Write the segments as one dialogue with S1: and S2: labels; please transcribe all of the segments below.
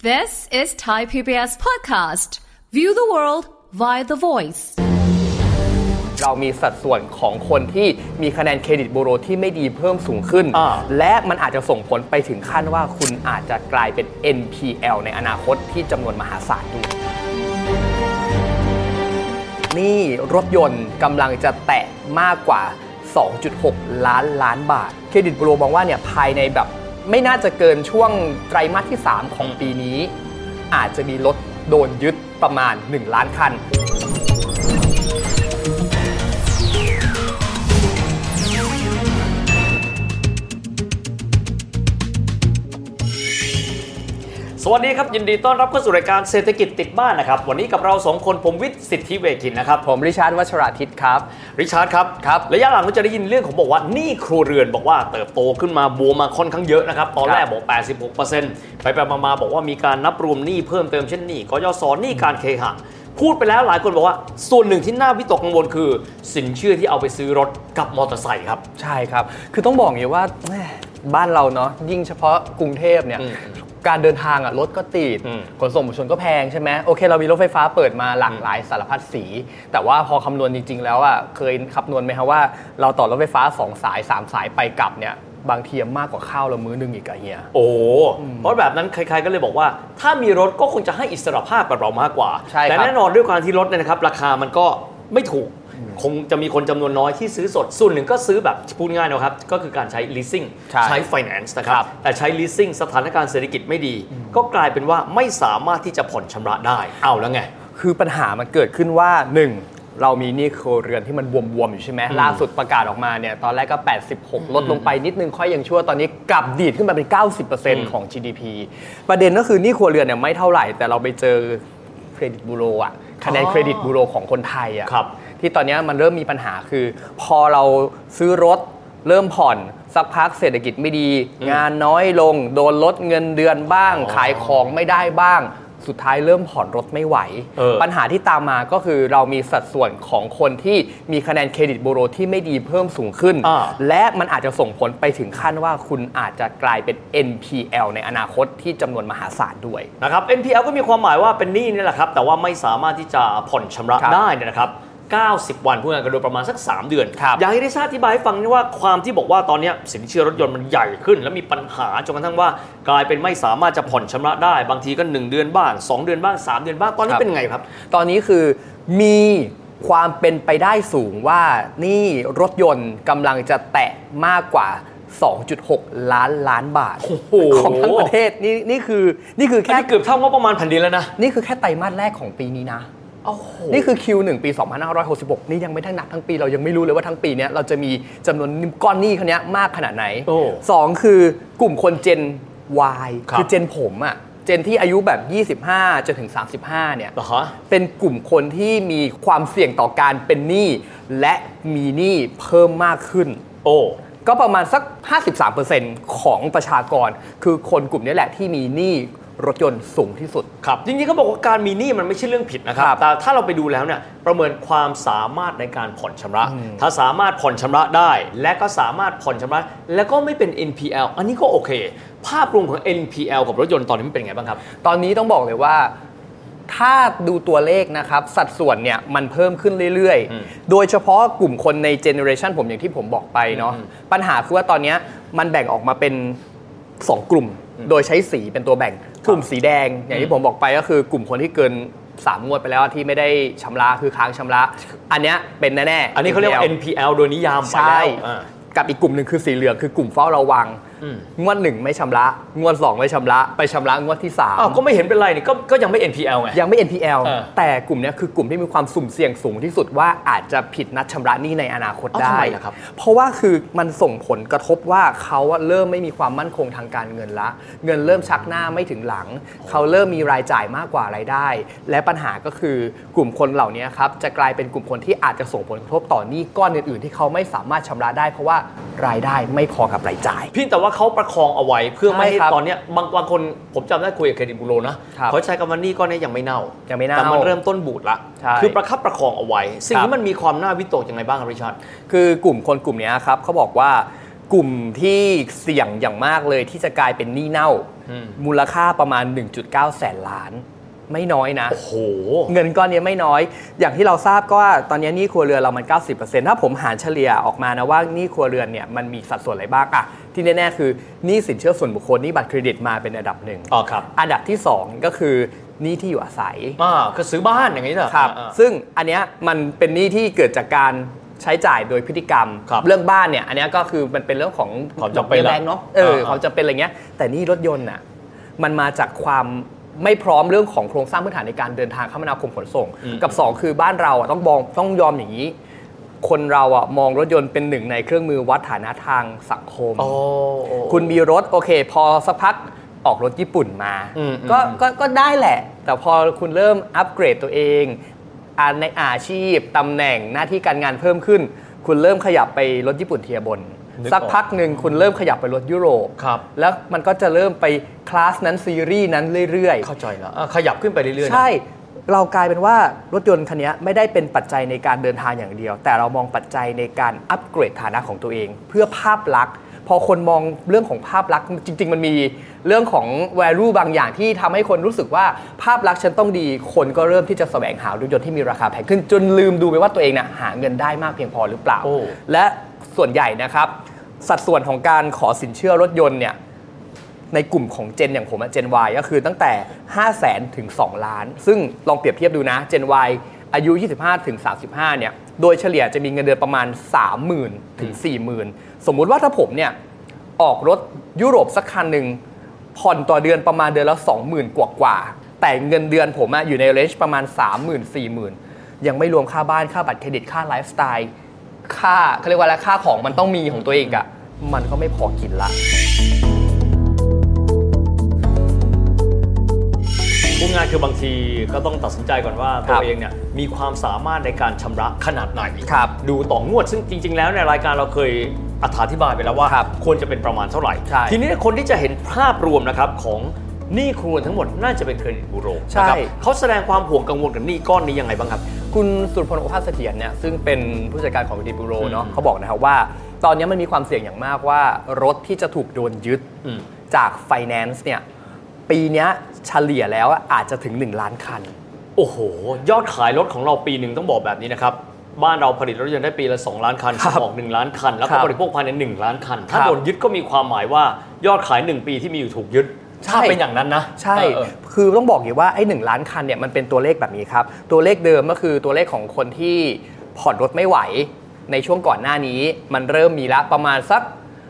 S1: This is Thai PBS podcast. View the world via the voice.
S2: เรามีสัดส่วนของคนที่มีคะแนนเครดิตบูโรที่ไม่ดีเพิ่มสูงขึ้น
S3: อ่า
S2: และมันอาจจะส่งผลไปถึงขั้นว่าคุณอาจจะกลายเป็น NPL ในอนาคตที่จำนวนมหาศาลด้วยหนี่รถยนต์กำลังจะแตะมากกว่า 2.6 ล้านล้านบาท เครดิตบูโรมองว่าเนี่ยภายในแบบไม่น่าจะเกินช่วงไตรมาสที่ 3 ของปีนี้ อาจจะมีรถโดนยึดประมาณ 1 ล้านคัน
S3: สวัสดีครับ ยินดีต้อนรับเข้าสู่รายการเศรษฐกิจติดบ้านนะครับ วันนี้กับเราสองคนผมวิทย์สิทธิเวกินนะครับ
S2: ผมริชาร์ดวัชราทิตครับ
S3: ริชาร์ดครับ
S2: ครับ
S3: ระยะหลังก็จะได้ยินเรื่องของบอกว่าหนี้ครัวเรือนบอกว่าเติบโตขึ้นมาบวมมาค่อนข้างเยอะนะครับ ตอนแรกบอก 86%ไปไปมามาๆบอกว่ามีการนับรวมหนี้เพิ่มเติมเช่นหนี้กยศหนี้การเคหะพูดไปแล้วหลายคนบอกว่า ส่วนหนึ่งที่น่าวิตกกังวลคือ สินเชื่อที่เอาไปซื้อรถกับมอเตอร์ไซค์ครับ
S2: ใช่ครับ คือต้องบอกอย่างนี้ว่าแหม่บ้านเราเนาะยิ่งเฉพาะกรุงเทพเนี่ย
S3: อืม
S2: การเดินทางอ่ะรถก็ติด
S3: อืม
S2: ขนส่งมวลชนก็แพงใช่ไหมโอเค เรามีรถไฟฟ้าเปิดมาหลากหลายสารพัดสี แต่ว่าพอคำนวณจริง ๆ แล้วอ่ะเคยคำนวณไหมครับว่าเราต่อรถไฟฟ้า 2 สาย 3 สายไปกลับเนี่ยบางทีมากกว่าข้าวเรามื้อหนึงอีกอะเฮีย
S3: โอ้โหเพราะแบบนั้นใครๆก็เลยบอกว่า ถ้ามีรถก็คงจะให้อิสรภาพกับเรามากกว่า
S2: ใช่ครับ
S3: แต่แน่นอนด้วยการที่รถเนี่ยนะครับ ราคามันก็ไม่ถูก คงจะมีคนจำนวนน้อยที่ซื้อสด ส่วนหนึ่งก็ซื้อแบบพูดง่ายนะครับ ก็คือการใช้ leasing
S2: ใช่
S3: ใช้ finance นะครับ แต่ใช้ leasing สถานการณ์เศรษฐกิจไม่ดี ก็กลายเป็นว่าไม่สามารถที่จะผ่อนชำระได้ เอาแล้วไง
S2: คือปัญหามันเกิดขึ้นว่า 1 เรามีหนี้ครัวเรือนที่มันบวมๆอยู่ใช่ไหมล่าสุดประกาศออกมาเนี่ยตอนแรกก็ 86 ลดลงไปนิดนึงค่อยยังชั่วตอนนี้กลับดีดขึ้นมาเป็น 90%ของ GDP ประเด็นก็คือหนี้ครัวเรือนเนี่ยไม่เท่าไหร่ แต่เราไปเจอเครดิตบูโรอะคะแนน
S3: อ๋อ
S2: เครดิตบูโรของคนไทยอะ
S3: ครับ
S2: ที่ตอนเนี้ยมันเริ่มมีปัญหาคือ พอเราซื้อรถเริ่มผ่อนสักพักเศรษฐกิจไม่ดี งานน้อยลง โดนลดเงินเดือนบ้าง ขายของไม่ได้บ้าง สุดท้ายเริ่มผ่อนรถไม่ไหว
S3: เออ
S2: ปัญหาที่ตามมาก็คือเรามีสัดส่วนของคนที่มีคะแนนเครดิตบูโรที่ไม่ดีเพิ่มสูงขึ้น
S3: อ่า
S2: และมันอาจจะส่งผลไปถึงขั้นว่าคุณอาจจะกลายเป็น NPL ในอนาคตที่จำนวนมหาศาลด้วย
S3: นะครับ NPL ก็มีความหมายว่าเป็นหนี้นี่แหละครับ แต่ว่าไม่สามารถที่จะผ่อนชำระ
S2: ครับ
S3: ได้เนยนะครับ 90 วันพูดง่ายๆก็โดยประมาณสัก 3 เดือน
S2: ครับ
S3: อยากให้ได้ทราบอธิบายให้ฟังนะว่าความที่บอกว่าตอนเนี้ยสินเชื่อรถยนต์มันใหญ่ขึ้น แล้วมีปัญหาจนกระทั่งว่ากลายเป็นไม่สามารถจะผ่อนชำระได้ บางทีก็ 1 เดือนบ้าง 2 เดือนบ้าง 3 เดือนบ้างตอ
S2: ค
S3: นนี้
S2: รับ
S3: เป็นไงครับ
S2: ตอนนี้คือมีความเป็นไปได้สูงว่าหนี่รถยนต์กำลังจะแตะมากกว่า 2.6 ล้านล้านบาท
S3: โอ้โห
S2: ของทั้งประเทศนี่นี่คือนี่คือ
S3: แค่
S2: แค่
S3: เกือบเท่างบประมาณแผ่นดินแล้วนะ
S2: นี่คือแค่ไตรมาสแรกของปีนี้นะ
S3: โอ้โห
S2: นี่คือ Q1 ปี 2566 นี่ยังไม่ทั้งนับทั้งปี เรายังไม่รู้เลยว่าทั้งปีเนี้ยเราจะมีจำนวนก้อนหนี้เขาเนี้ยมากขนาดไหน
S3: โอ้
S2: 2 คือกลุ่มคนเจน Y
S3: ครับ
S2: คือเจนผมอะเจนที่อายุแบบ 25 จนถึง 35 เนี่ย
S3: เหรอฮะ
S2: เป็นกลุ่มคนที่มีความเสี่ยงต่อการเป็นหนี้และมีหนี้เพิ่มมากขึ้น
S3: โอ้
S2: ก็ประมาณสัก 53%ของประชากร คือคนกลุ่มนี้แหละที่มีหนี้รถยนต์สูงที่สุด
S3: ครับจริงๆก็บอกว่าการมีหนี้มันไม่ใช่เรื่องผิดนะครับ
S2: ครับ
S3: แต่ถ้าเราไปดูแล้วเนี่ยประเมินความสามารถในการผ่อนชำระ ถ้าสามารถผ่อนชำระได้ และก็สามารถผ่อนชำระ และก็ไม่เป็น NPL อันนี้ก็โอเค ภาพรวมของ NPL กับรถยนต์ตอนนี้มันเป็นไงบ้างครับ
S2: ตอนนี้ต้องบอกเลยว่าถ้าดูตัวเลขนะครับ สัดส่วนเนี่ยมันเพิ่มขึ้นเรื่อย
S3: อืม
S2: ๆ โดยเฉพาะกลุ่มคนในเจเนอเรชันผมอย่างที่ผมบอกไปเนาะ
S3: อืม
S2: ปัญหาคือว่าตอนเนี้ยมันแบ่งออกมาเป็น 2 กลุ่ม โดยใช้สีเป็นตัวแบ่ง กลุ่มสีแดง อย่างที่ผมบอกไปก็คือกลุ่มคนที่เกิน 3 งวดไปแล้วที่ไม่ได้ชำระคือค้างชำระ อันเนี้ยเป็นแน่ๆ
S3: อันนี้เขาเรียกว่า NPL โดยนิยามไป
S2: ใช่
S3: แล้วอ่า
S2: กับอีกกลุ่มหนึ่งคือสีเหลืองคือกลุ่มเฝ้าระวัง
S3: อืม
S2: งวดหนึ่งไม่ชำระ งวดสองไม่ชำระ ไปชำระงวดที่สาม
S3: อ้าวก็ไม่เห็นเป็นไรนี่ก็ก็ยังไม่ NPL ไง
S2: ยังไม่ NPL
S3: เออ
S2: แต่กลุ่มเนี้ยคือกลุ่มที่มีความสุ่มเสี่ยงสูงที่สุดว่าอาจจะผิดนัดชำระหนี้ในอนาคต
S3: เอ้า
S2: ได้
S3: ทำไมล่ะครับ
S2: เพราะว่าคือมันส่งผลกระทบว่าเขาอะเริ่มไม่มีความมั่นคงทางการเงินละ เงินเริ่มชักหน้าไม่ถึงหลัง เขาเริ่มมีรายจ่ายมากกว่ารายได้ และปัญหาก็คือกลุ่มคนเหล่านี้ครับจะกลายเป็นกลุ่มคนที่อาจจะส่งผลกระทบต่อหนี้ก้อนอื่นๆ ที่เขาไม่สามารถชำระได้ เพราะว่ารายได้ไม่พอกับรายจ่าย
S3: เพียงแต่ว่าเขาประคองเอาไว้เพื่อไม่ให้
S2: ใช่ครับ
S3: ตอนเนี้ยบางบางคนผมจำได้คุยกับเครดิตบูโรนะครับ เขาใช้คำว่าหนี่ก้อนเนี้ยยังไม่เน่า
S2: ยั
S3: ยัง
S2: ไม่เน่า
S3: แต่มันเริ่มต้นบูดละ
S2: ใช่
S3: คือประคับประคองเอาไว้ สิ่ง
S2: ครับ
S3: นี้มันมีความน่าวิตกยังไงบ้างครับริชาร์ด
S2: คือกลุ่มคนกลุ่มเนี้ยครับเขาบอกว่ากลุ่มที่เสี่ยงอย่างมากเลยที่จะกลายเป็นหนี้เน่า
S3: อืม
S2: มูลค่าประมาณ 1.9 แสนล้าน ไม่น้อยนะ
S3: โอ้โห
S2: เงินก้อนเนี้ยไม่น้อย อย่างที่เราทราบก็ว่าตอนเนี้ยหนี้ครัวเรือนเรามัน 90%ถ้าผมหารเฉลี่ยออกมานะว่าหนี้ครัวเรือนเนี่ยมันมีสัดส่วนอะไรบ้างอะที่แน่ๆคือหนี้สินเชื่อส่วนบุคคลหนี้บัตรเครดิตมาเป็นอันดับหนึ่ง
S3: อ๋อครับ
S2: อันดับที่ 2 ก็คือหนี้ที่อยู่อาศัย
S3: อ่าคือซื้อบ้านอย่างนี้เหรอ
S2: ครับ
S3: อ่า
S2: ซึ่งอันเนี้ยมันเป็นหนี้ที่เกิดจากการใช้จ่ายโดยพฤติกรรม
S3: ครับ
S2: เรื่องบ้านเนี่ยอันเนี้ยก็คือมันเป็นเรื่องของ
S3: ความ
S2: ด
S3: จำ
S2: อก
S3: เป็น
S2: เบี้ย
S3: ละ
S2: แรงเนาะเออ
S3: อ่า
S2: ความจำเป็นอะไรเงี้ยแต่หนี่รถยนต์น่ะมันมาจากความไม่พร้อมเรื่องของโครงสร้างพื้นฐานในการเดินทางคมนาคมขนส่ง กับ 2 คือบ้านเราอ่ะต้องมองต้องยอมอย่างนี้ คนเราอ่ะมองรถยนต์เป็นหนึ่งในเครื่องมือวัดฐานะทางสังคม
S3: โอ้โอ้
S2: คุณมีรถโอเค พอสักพักออกรถญี่ปุ่นมา
S3: อืมอืม
S2: ก็ก็ก็ได้แหละ แต่พอคุณเริ่มอัปเกรดตัวเองอ่าในอาชีพตำแหน่งหน้าที่การงานเพิ่มขึ้น คุณเริ่มขยับไปรถญี่ปุ่นเทียบน
S3: นึกออก
S2: สักพักหนึ่งคุณเริ่มขยับไปรถยุโรป
S3: ครับ
S2: แล้วมันก็จะเริ่มไปคลาสนั้นซีรีส์นั้นเรื่อยๆ
S3: เข้าใจแล้วอ่าขยับขึ้นไปเรื่อยๆนะ
S2: ใช่ เรากลายเป็นว่ารถยนต์คันเนี้ยไม่ได้เป็นปัจจัยในการเดินทางอย่างเดียว แต่เรามองปัจจัยในการอัปเกรดฐานะของตัวเอง เพื่อภาพลักษณ์ พอคนมองเรื่องของภาพลักษณ์จริง ๆ มันมีเรื่องของ value บางอย่างที่ทำให้คนรู้สึกว่าภาพลักษณ์ฉันต้องดี คนก็เริ่มที่จะแสวงหารถยนต์ที่มีราคาแพงขึ้น จนลืมดูไปว่าตัวเองน่ะหาเงินได้มากเพียงพอหรือเปล่า
S3: โอ้
S2: และส่วนใหญ่นะครับ สัดส่วนของการขอสินเชื่อรถยนต์เนี่ย ในกลุ่มของเจนอย่างผมอะเจน Y ก็คือตั้งแต่ 5 0 0แสนถึง 2 ล้าน ซึ่งลองเปรียบเทียบดูนะเจน Y อายุ 25 ถึง 35 เนี่ย โดยเฉลี่ยจะมีเงินเดือนประมาณ 30,000 ถึง 40,000 สมมุติว่าถ้าผมเนี่ย ออกรถยุโรปสักคันหนึ่งผ่อนต่อเดือนประมาณเดือนละ 20,000 กว่ากว่าๆแต่เงินเดือนผมอะอยู่ในเรนจ์ประมาณ 30,000 40,000 ยังไม่รวมค่าบ้านค่าบัตรเครดิตค่าไลฟ์สไตล์ค่าเขาเรียกว่าอะไรค่าของมันต้องมีของตัวเองอะมันก็ไม่พอกินละ
S3: พูดง่ายคือบางทีก็ต้องตัดสินใจก่อนว่า
S2: ค
S3: ตั
S2: รั
S3: ว
S2: บ
S3: เองเนี่ยมีความสามารถในการชำระขนาดไหน
S2: ครับ
S3: ดูต่องวดซึ่งจริง ๆ แล้วในยรายการเราเคยอธิบายไปแล้วว่า
S2: ครับ
S3: ควรจะเป็นประมาณเท่าไหร่
S2: ใช่
S3: ทีนี้คนที่จะเห็นภาพรวมนะครับของหนี้ครัวทั้งหมดน่าจะเป็นเครดิตบูโร
S2: ใช่
S3: นะครับเขาแสดงความห่วงกังวลกับหนี้ก้อนนี้ยังไงบ้างครับ
S2: คุณสุรพลโอภาสเสถียรเนี่ยซึ่งเป็นผู้จัดการของดีบูโรเนาะ
S3: อืม
S2: เขาบอกนะครับว่า ตอนนี้มันมีความเสี่ยงอย่างมากว่ารถที่จะถูกโดนยึด
S3: อืม
S2: จากไฟแนนซ์เนี่ย ปีเนี้ยเฉลี่ยแล้วอาจจะถึง 1 ล้านคัน
S3: โอ้โห ยอดขายรถของเราปีหนึ่งต้องบอกแบบนี้นะครับบ้านเราผลิตรถยนต์ได้ปีละ 2 ล้านคัน
S2: ครั
S3: ส่
S2: บ
S3: งออก1ล้านคัน แล้ว
S2: ครั
S3: ก็
S2: บบ
S3: ริโภคภายใน 1 ล้านคัน ถ้า
S2: ครับ
S3: โดนยึดก็มีความหมายว่ายอดขาย 1 ปีที่มีอยู่ถูกยึด
S2: ใช่
S3: ถ้าเป็นอย่างนั้นนะ
S2: ใช่
S3: เออเออ
S2: คือต้องบอกอยู่างนี้ว่าไอ้หล้านคันเนี่ยมันเป็นตัวเลขแบบนี้ครับ ตัวเลขเดิมก็คือตัวเลขของคนที่ผ่อนรถไม่ไหว ในช่วงก่อนหน้านี้ มันเริ่มมีละประมาณสัก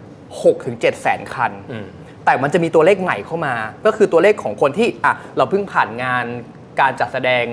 S2: 6-7ถึงแสนคัน
S3: อืม
S2: แต่มันจะมีตัวเลขใหม่เข้ามา ก็คือตัวเลขของคนที่อ่ะเราเพิ่งผ่านงานการจัดแสดง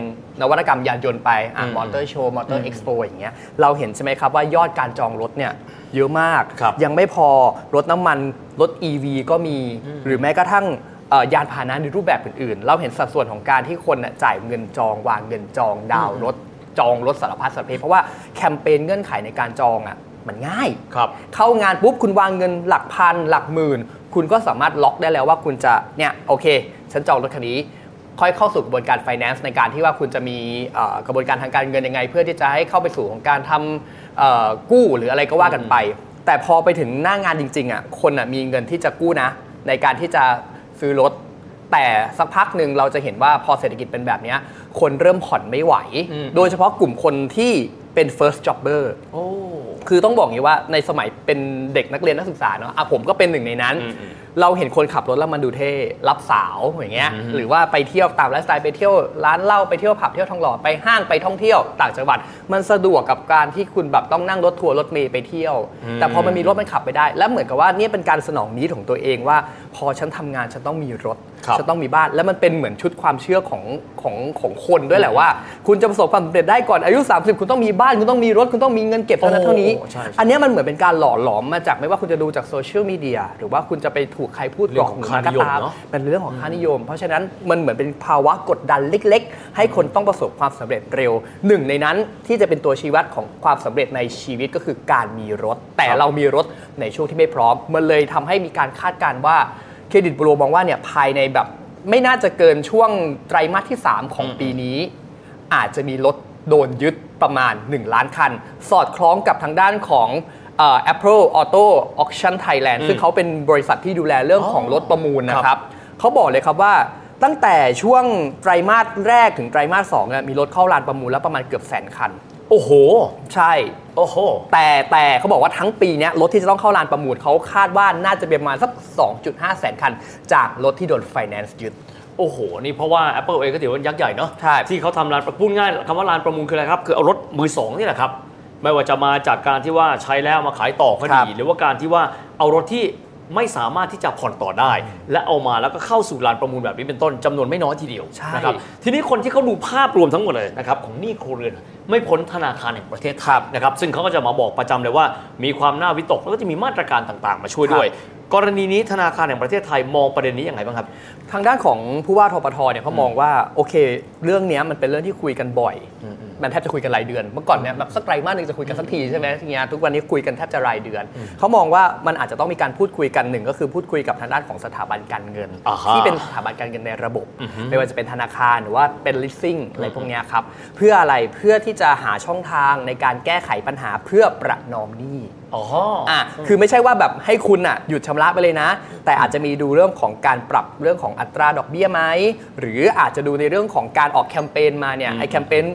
S2: นวัตกรรมยานยนต์ไปอ่ะ
S3: อืม
S2: มอเตอร์โชว์มอเตอร์เอ็กซ์โปอย่างเงี้ยเราเห็นใช่ไหมครับว่ายอดการจองรถเนี่ยเยอะมาก
S3: ครับ
S2: ยังไม่พอรถน้ำมันรถ EV ก็มีหรือแม้กระทั่งเอ่อยานพาหนะในรูปแบบอื่นๆ เราเห็นสัดส่วนของการที่คนน่ะจ่ายเงินจอง วางเงินจอง ดาวน์รถจองรถสารพัดสารเพเพราะว่าแคมเปญเงื่อนไขในการจองอ่ะมันง่าย
S3: ครับ
S2: เข้างานปุ๊บคุณวางเงินหลักพัน หลักหมื่น คุณก็สามารถล็อกได้แล้วว่าคุณจะเนี่ยโอเค ฉันจองรถคันนี้ ค่อยเข้าสู่กระบวนการ finance ในการที่ว่าคุณจะมีเอ่อกระบวนการทางการเงินยังไง เพื่อที่จะให้เข้าไปสู่ของการทำเอ่อกู้หรืออะไรก็ว่ากันไป แต่พอไปถึงหน้างานจริงๆอ่ะคนอ่ะมีเงินที่จะกู้นะ ในการที่จะซื้อรถ แต่สักพักหนึ่งเราจะเห็นว่าพอเศรษฐกิจเป็นแบบเนี้ยคนเริ่มผ่อนไม่ไหว
S3: อืม
S2: โดยเฉพาะกลุ่มคนที่เป็น first jobber
S3: โอ้
S2: คือต้องบอกอย่างนี้ว่าในสมัยเป็นเด็กนักเรียนนักศึกษาเนาะอ่ะผมก็เป็นหนึ่งในนั้น
S3: อืมอืม
S2: เราเห็นคนขับรถแล้วมันดูเท่รับสาวอย่างเงี้ย
S3: อืม
S2: หรือว่าไปเที่ยวตามไลฟ์สไตล์ไปเที่ยวร้านเหล้าไปเที่ยวผับเที่ยวทองหล่อไปห้างไปท่องเที่ยวต่างจังหวัด มันสะดวกกับการที่คุณแบบต้องนั่งรถทัวร์รถเมล์ไปเที่ยว แต่พอมันมีรถมันขับไปได้ แล้วเหมือนกับว่าเนี่ยเป็นการสนองนี้ของตัวเองว่า พอฉันทำงานฉันต้องมีรถ
S3: ครับ
S2: ฉันต้องมีบ้านแล้วมันเป็นเหมือนชุดความเชื่อของของของคนด้วยแหละว่า คุณจะประสบความสำเร็จได้ก่อนอายุ 30 คุณต้องมีบ้านคุณต้องมีรถคุณต้องมีเงินเก็บ เท่านั้นเท่านี้
S3: โอ้ใช่ใช่
S2: อันเนี้ยมันเหมือนเป็นการหล่อหลอมมาจากไม่ว่าคุณจะดูจากโซเชียลมีเดียหรือว่าคุณจะไปถูกใครพูด
S3: เรื่
S2: กร
S3: อ
S2: อง ก
S3: ของ
S2: หู
S3: ค่านิ
S2: ก็
S3: ยม
S2: ตาม
S3: เนอะ
S2: มันเป็นเรื่องของค่านิยม เพราะฉะนั้นมันเหมือนเป็นภาวะกดดันเล็ก ๆ ให้คนต้องประสบความสำเร็จเร็ว หนึ่งในนั้นที่จะเป็นตัวชี้วัดของความสำเร็จในชีวิตก็คือการมีรถ แต่เรามีรถในช่วงที่ไม่พร้อม มันเลยทำให้มีการคาดการณ์ว่าเครดิตบูโรมองว่าเนี่ยภายในแบบไม่น่าจะเกินช่วงไตรมาสที่สามของปีนี้ อาจจะมีรถโดนยึดประมาณ 1 ล้านคัน สอดคล้องกับทางด้านของเอ่อ Apple Auto Auction Thailand ซึ่งเขาเป็นบริษัทที่ดูแลเรื่องของรถประมูลนะครับ เขาบอกเลยครับว่าตั้งแต่ช่วงไตรมาสแรกถึงไตรมาสสองเนี่ยมีรถเข้าลานประมูลแล้วประมาณเกือบแสนคัน
S3: โอ้โห
S2: ใช่
S3: โอ้โห
S2: แต่แต่เขาบอกว่าทั้งปีเนี้ยรถที่จะต้องเข้าลานประมูลเขาคาดว่าน่าจะเป็นประมาณสัก 2.5 แสนคัน จากรถที่โดนไฟแนนซ์ยึด
S3: โอ้โห นี่เพราะว่า Apple เองก็ถือว่ายักษ์ใหญ่เนาะ
S2: ใช่
S3: ที่เขาทำลานประมูลง่ายคำว่าลานประมูลคืออะไรครับ คือเอารถมือสองนี่แหละครับ ไม่ว่าจะมาจากการที่ว่าใช้แล้วมาขายต่อก็ดี หรือว่าการที่ว่าเอารถที่ไม่สามารถที่จะผ่อนต่อได้ และเอามาแล้วก็เข้าสู่ลานประมูลแบบนี้เป็นต้นจำนวนไม่น้อยทีเดียวนะครับทีนี้คนที่เขาดูภาพรวมทั้งหมดเลยนะครับของหนี้ครัวเรือนไม่พ้นธนาคารแห่งประเทศไทยนะครับซึ่งเขาก็จะมาบอกประจำเลยว่า มีความน่าวิตกแล้วก็จะมีมาตรการต่างๆ มาช่วยด้วย กรณีนี้ธนาคารแห่งประเทศไทยมองประเด็นนี้ยังไงบ้างครับ
S2: ทางด้านของผู้ว่าทปทเนี่ยเขามองว่าโอเค เรื่องเนี้ยมันเป็นเรื่องที่คุยกันบ่อย มันแทบจะคุยกันรายเดือน เมื่อก่อนเนี่ยแบบสักไตรมาสหนึ่งจะคุยกันสักทีใช่ไหมทีเนี้ยทุกวันนี้คุยกันแทบจะรายเดือน เขามองว่ามันอาจจะต้องมีการพูดคุยกันหนึ่งก็คือพูดคุยกับทางด้านของสถาบันการเงิน
S3: อ่าฮะ
S2: ที่เป็นสถาบันการเงินในระบบ ไม่ว่าจะเป็นธนาคารหรือว่าเป็น leasing อะไรพวกเนี้ยครับเพื่ออะไรเพื่อที่จะหาช่องทางในการแก้ไขปัญหาเพื่อประนอมหนี้
S3: อ๋อ
S2: อ่ะคือไม่ใช่ว่าแบบให้คุณอ่ะหยุดชำระไปเลยนะ แต่อาจจะมีดูเรื่องของการปรับเรื่องของอัตราดอกเบี้ยไหม หรืออาจจะดูในเรื่องของการออกแคมเปญมาเนี่ย
S3: อืม
S2: ไอแคมเปญ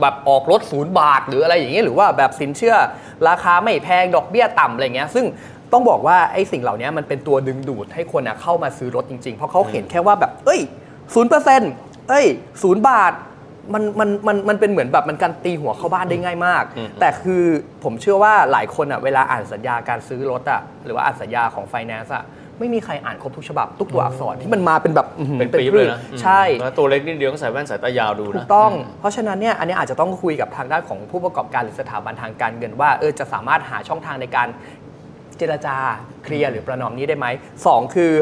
S2: แบบออกรถศูนย์บาท หรืออะไรอย่างเงี้ยหรือว่าแบบสินเชื่อ ราคาไม่แพงดอกเบี้ยต่ำอะไรเงี้ยซึ่งต้องบอกว่าไอสิ่งเหล่านี้มันเป็นตัวดึงดูดให้คนอ่ะเข้ามาซื้อรถจริงๆ เพราะเขาเห็นแค่ว่าแบบเอ้ยศูนย์เปอร์เซ็นต์เอ้ยศูนย์บาทมันมันมันมันเป็นเหมือนแบบมันการตีหัวเข้าบ้านได้ง่ายมาก
S3: อืม
S2: แต่คือผมเชื่อว่าหลายคนอ่ะเวลาอ่านสัญญาการซื้อรถอ่ะหรือว่าอ่านสัญญาของไฟแนนซ์อ่ะไม่มีใครอ่านครบทุกฉบับ ทุกตัวอักษรที่มันมาเป็นแบบอื้อหือ
S3: เป็นปีบเลยนะ
S2: ใช่
S3: อืมแล้วตัวเล็กนิดเดียวก็ใส่แว่นสายตายาวดู
S2: ถู
S3: นะ
S2: กต้อง เพราะฉะนั้นเนี่ยอันนี้อาจจะต้องคุยกับทางด้านของผู้ประกอบการหรือสถาบันทางการเงินว่าเออจะสามารถหาช่องทางในการเจรจาเคลียร์หรือประนอมหนี้ได้ไหมสองคือ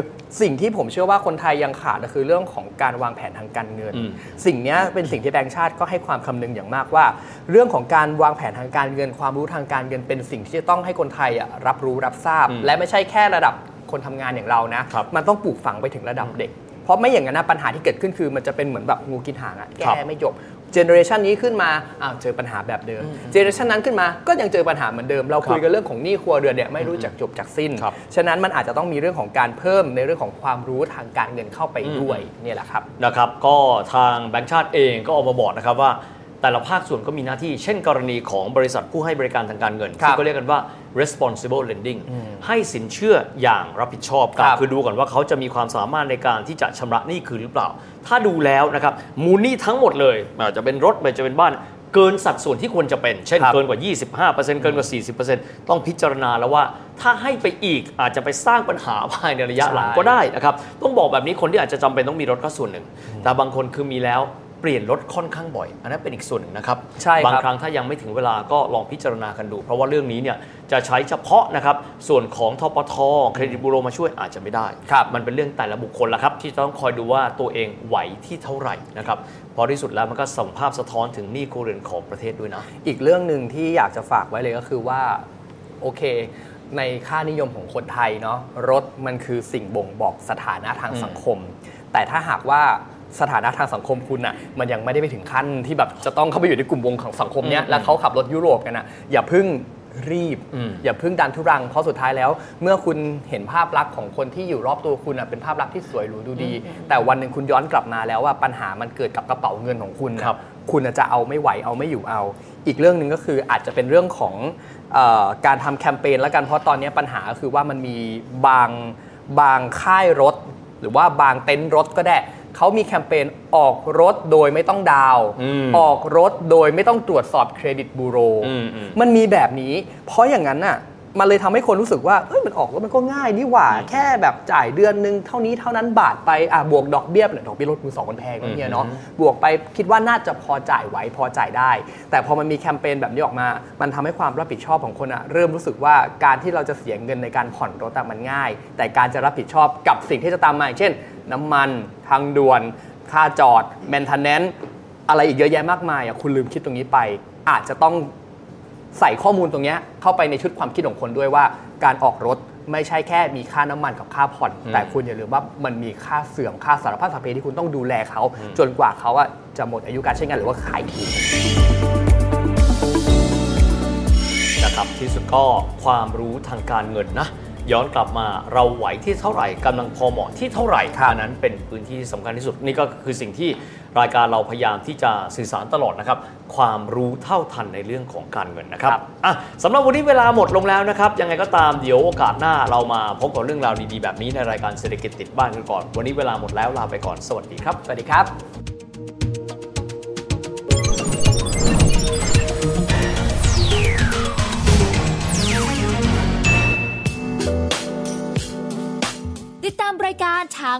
S2: สิ่งที่ผมเชื่อว่าคนไทยยังขาดก็คือเรื่องของการวางแผนทางการเงิน
S3: อืม
S2: สิ่งเนี้ยเป็นสิ่งที่แบงก์ชาติก็ให้ความคำนึงอย่างมากว่า เรื่องของการวางแผนทางการเงิน ความรู้ทางการเงินเป็นสิ่งที่จะต้องให้คนไทยอะรับรู้รับทราบ
S3: อืม
S2: และไม่ใช่แค่ระดับคนทำงานอย่างเรานะ
S3: ครับ
S2: มันต้องปลูกฝังไปถึงระดับเด็ก เพราะไม่อย่างนั้นนะปัญหาที่เกิดขึ้นคือมันจะเป็นเหมือนแบบงูกินหางอะ
S3: ครั
S2: แก้
S3: บ
S2: ไม่จบเจเนอเรชันนี้ขึ้นมาอ้าวเจอปัญหาแบบเดิมเจเนอเรชันนั้นขึ้นมาก็ยังเจอปัญหาเหมือนเดิมเราคุยกันเรื่องของหนี้ครัวเรือนเนี่ยไม่รู้จักจบจากสิ้น ฉะนั้นมันอาจจะต้องมีเรื่องของการเพิ่มในเรื่องของความรู้ทางการเงินเข้าไปด้วยเนี่ยแหละครับ
S3: นะครับ ก็ทางแบงก์ชาติเองก็ออกมาบอกนะครับว่า แต่ละภาคส่วนก็มีหน้าที่ เช่นกรณีของบริษัทผู้ให้บริการทางการเงิน
S2: ครับ
S3: ที่ก็เรียกกันว่า responsible lending ให้สินเชื่ออย่างรับผิดชอบ
S2: ครับ
S3: คือดูก่อนว่าเขาจะมีความสามารถในการที่จะชำระหนี้คืนหรือเปล่า ถ้าดูแล้วนะครับมูลหนี้ทั้งหมดเลยไม่ว่าจะเป็นรถไม่ว่าจะเป็นบ้าน เกินสัดส่วนที่ควรจะเป็น เช่น
S2: ครับ
S3: เกินกว่า 25%เกินกว่า 40%ต้องพิจารณาแล้วว่าถ้าให้ไปอีกอาจจะไปสร้างปัญหาภายในระยะหลังก็ได้ ได้นะครับต้องบอกแบบนี้คนที่อาจจะจำเป็นต้องมีรถก็ส่วนหนึ่ง แต่บางคนคือมีแล้วเปลี่ยนรถค่อนข้างบ่อย อันนั้นเป็นอีกส่วนหนึ่งนะครับ
S2: ใช่ครับ
S3: บางครั้งถ้ายังไม่ถึงเวลาก็ลองพิจารณากันดู เพราะว่าเรื่องนี้เนี่ยจะใช้เฉพาะนะครับส่วนของทปทเครดิตบูโรมาช่วยอาจจะไม่ได้ มันเป็นเรื่องแต่ละบุคคลละครับ ที่ต้องคอยดูว่าตัวเองไหวที่เท่าไหร่นะครับเพราะที่สุดแล้วมันก็ส่งภาพสะท้อนถึงหนี้ครัวเรือนของประเทศด้วยนะ
S2: อีกเรื่องหนึ่งที่อยากจะฝากไว้เลยก็คือว่า โอเค ในค่านิยมของคนไทยเนาะรถมันคือสิ่งบ่งบอกสถานะทางสังคม แต่ถ้าหากว่าสถานะทางสังคมคุณน่ะมันยังไม่ได้ไปถึงขั้นที่แบบจะต้องเข้าไปอยู่ในกลุ่มวงของสังคมเนี้ย
S3: อืม
S2: แล้วเขาขับรถยุโรปกันน่ะอย่าเพึ่งรีบ
S3: อืม
S2: อย่าเพึ่งดันทุรังเพราะสุดท้ายแล้ว เมื่อคุณเห็นภาพลักษณ์ของคนที่อยู่รอบตัวคุณน่ะเป็นภาพลักษณ์ที่สวยหรูดูดี แต่วันหนึ่งคุณย้อนกลับมาแล้วว่าปัญหามันเกิดกับกระเป๋าเงินของคุณน่ะ
S3: ครับ
S2: คุณอาจจะเอาไม่ไหวเอาไม่อยู่เอา อีกเรื่องหนึ่งก็คืออาจจะเป็นเรื่องของเออการทำแคมเปญแล้วกันเพราะตอนนี้ปัญหาก็คือว่ามันมีบางบางค่ายรถ หรือว่าบางเต็นท์รถก็ได้เขามีแคมเปญออกรถโดยไม่ต้องดาวน์
S3: อืม
S2: ออกรถโดยไม่ต้องตรวจสอบเครดิตบูโร
S3: อืมอืม
S2: มันมีแบบนี้ เพราะอย่างนั้นน่ะ มันเลยทำให้คนรู้สึกว่า เอ้ย มันออกรถมันก็ง่ายนี่หว่า แค่แบบจ่ายเดือนนึงเท่านี้เท่านั้นบาทไป อ่ะ บวกดอกเบี้ยเนี่ยดอกเบี้ยรถมือสองมันแพงนะเนี่ยเนาะ บวกไปคิดว่าน่าจะพอจ่ายไหวพอจ่ายได้ แต่พอมันมีแคมเปญแบบนี้ออกมา มันทำให้ความรับผิดชอบของคนอ่ะ เริ่มรู้สึกว่าการที่เราจะเสียเงินในการผ่อนรถอะมันง่าย แต่การจะรับผิดชอบกับสิ่งที่จะตามมาอย่างเช่น น้ำมันทางด่วน ค่าจอดแมนเทนแนนอะไรอีกเยอะแยะมากมายอ่ะคุณลืมคิดตรงนี้ไป อาจจะต้อง ใส่ข้อมูลตรงเนี้ยเข้าไปในชุดความคิดของคนด้วยว่า การออกรถไม่ใช่แค่มีค่าน้ำมันกับค่าผ่อน แต่คุณอย่าลืมว่ามันมีค่าเสื่อมค่าสารพัดสาเพที่คุณต้องดูแลเขา จนกว่าเขาอะจะหมดอายุการใช้งานหรือว่าขายทิ้ง
S3: นะครับที่สุดก็ความรู้ทางการเงินนะ ย้อนกลับมาเราไหวที่เท่าไหร่กำลังพอเหมาะที่เท่าไหร่
S2: ครับ
S3: อันนั้นเป็นพื้นที่สำคัญที่สุด นี่ก็คือสิ่งที่รายการเราพยายามที่จะสื่อสารตลอดนะครับ ความรู้เท่าทันในเรื่องของการเงินนะครับ
S2: ครับ
S3: อ่ะสำหรับวันนี้เวลาหมดลงแล้วนะครับยังไงก็ตามเดี๋ยวโอกาสหน้าเรามาพบกับเรื่องราวดีๆแบบนี้ในรายการเศรษฐกิจติดบ้านกันก่อน วันนี้เวลาหมดแล้วลาไปก่อนสวัสดีครับ
S2: สวัสดีครับ
S4: ติดตามรายการทาง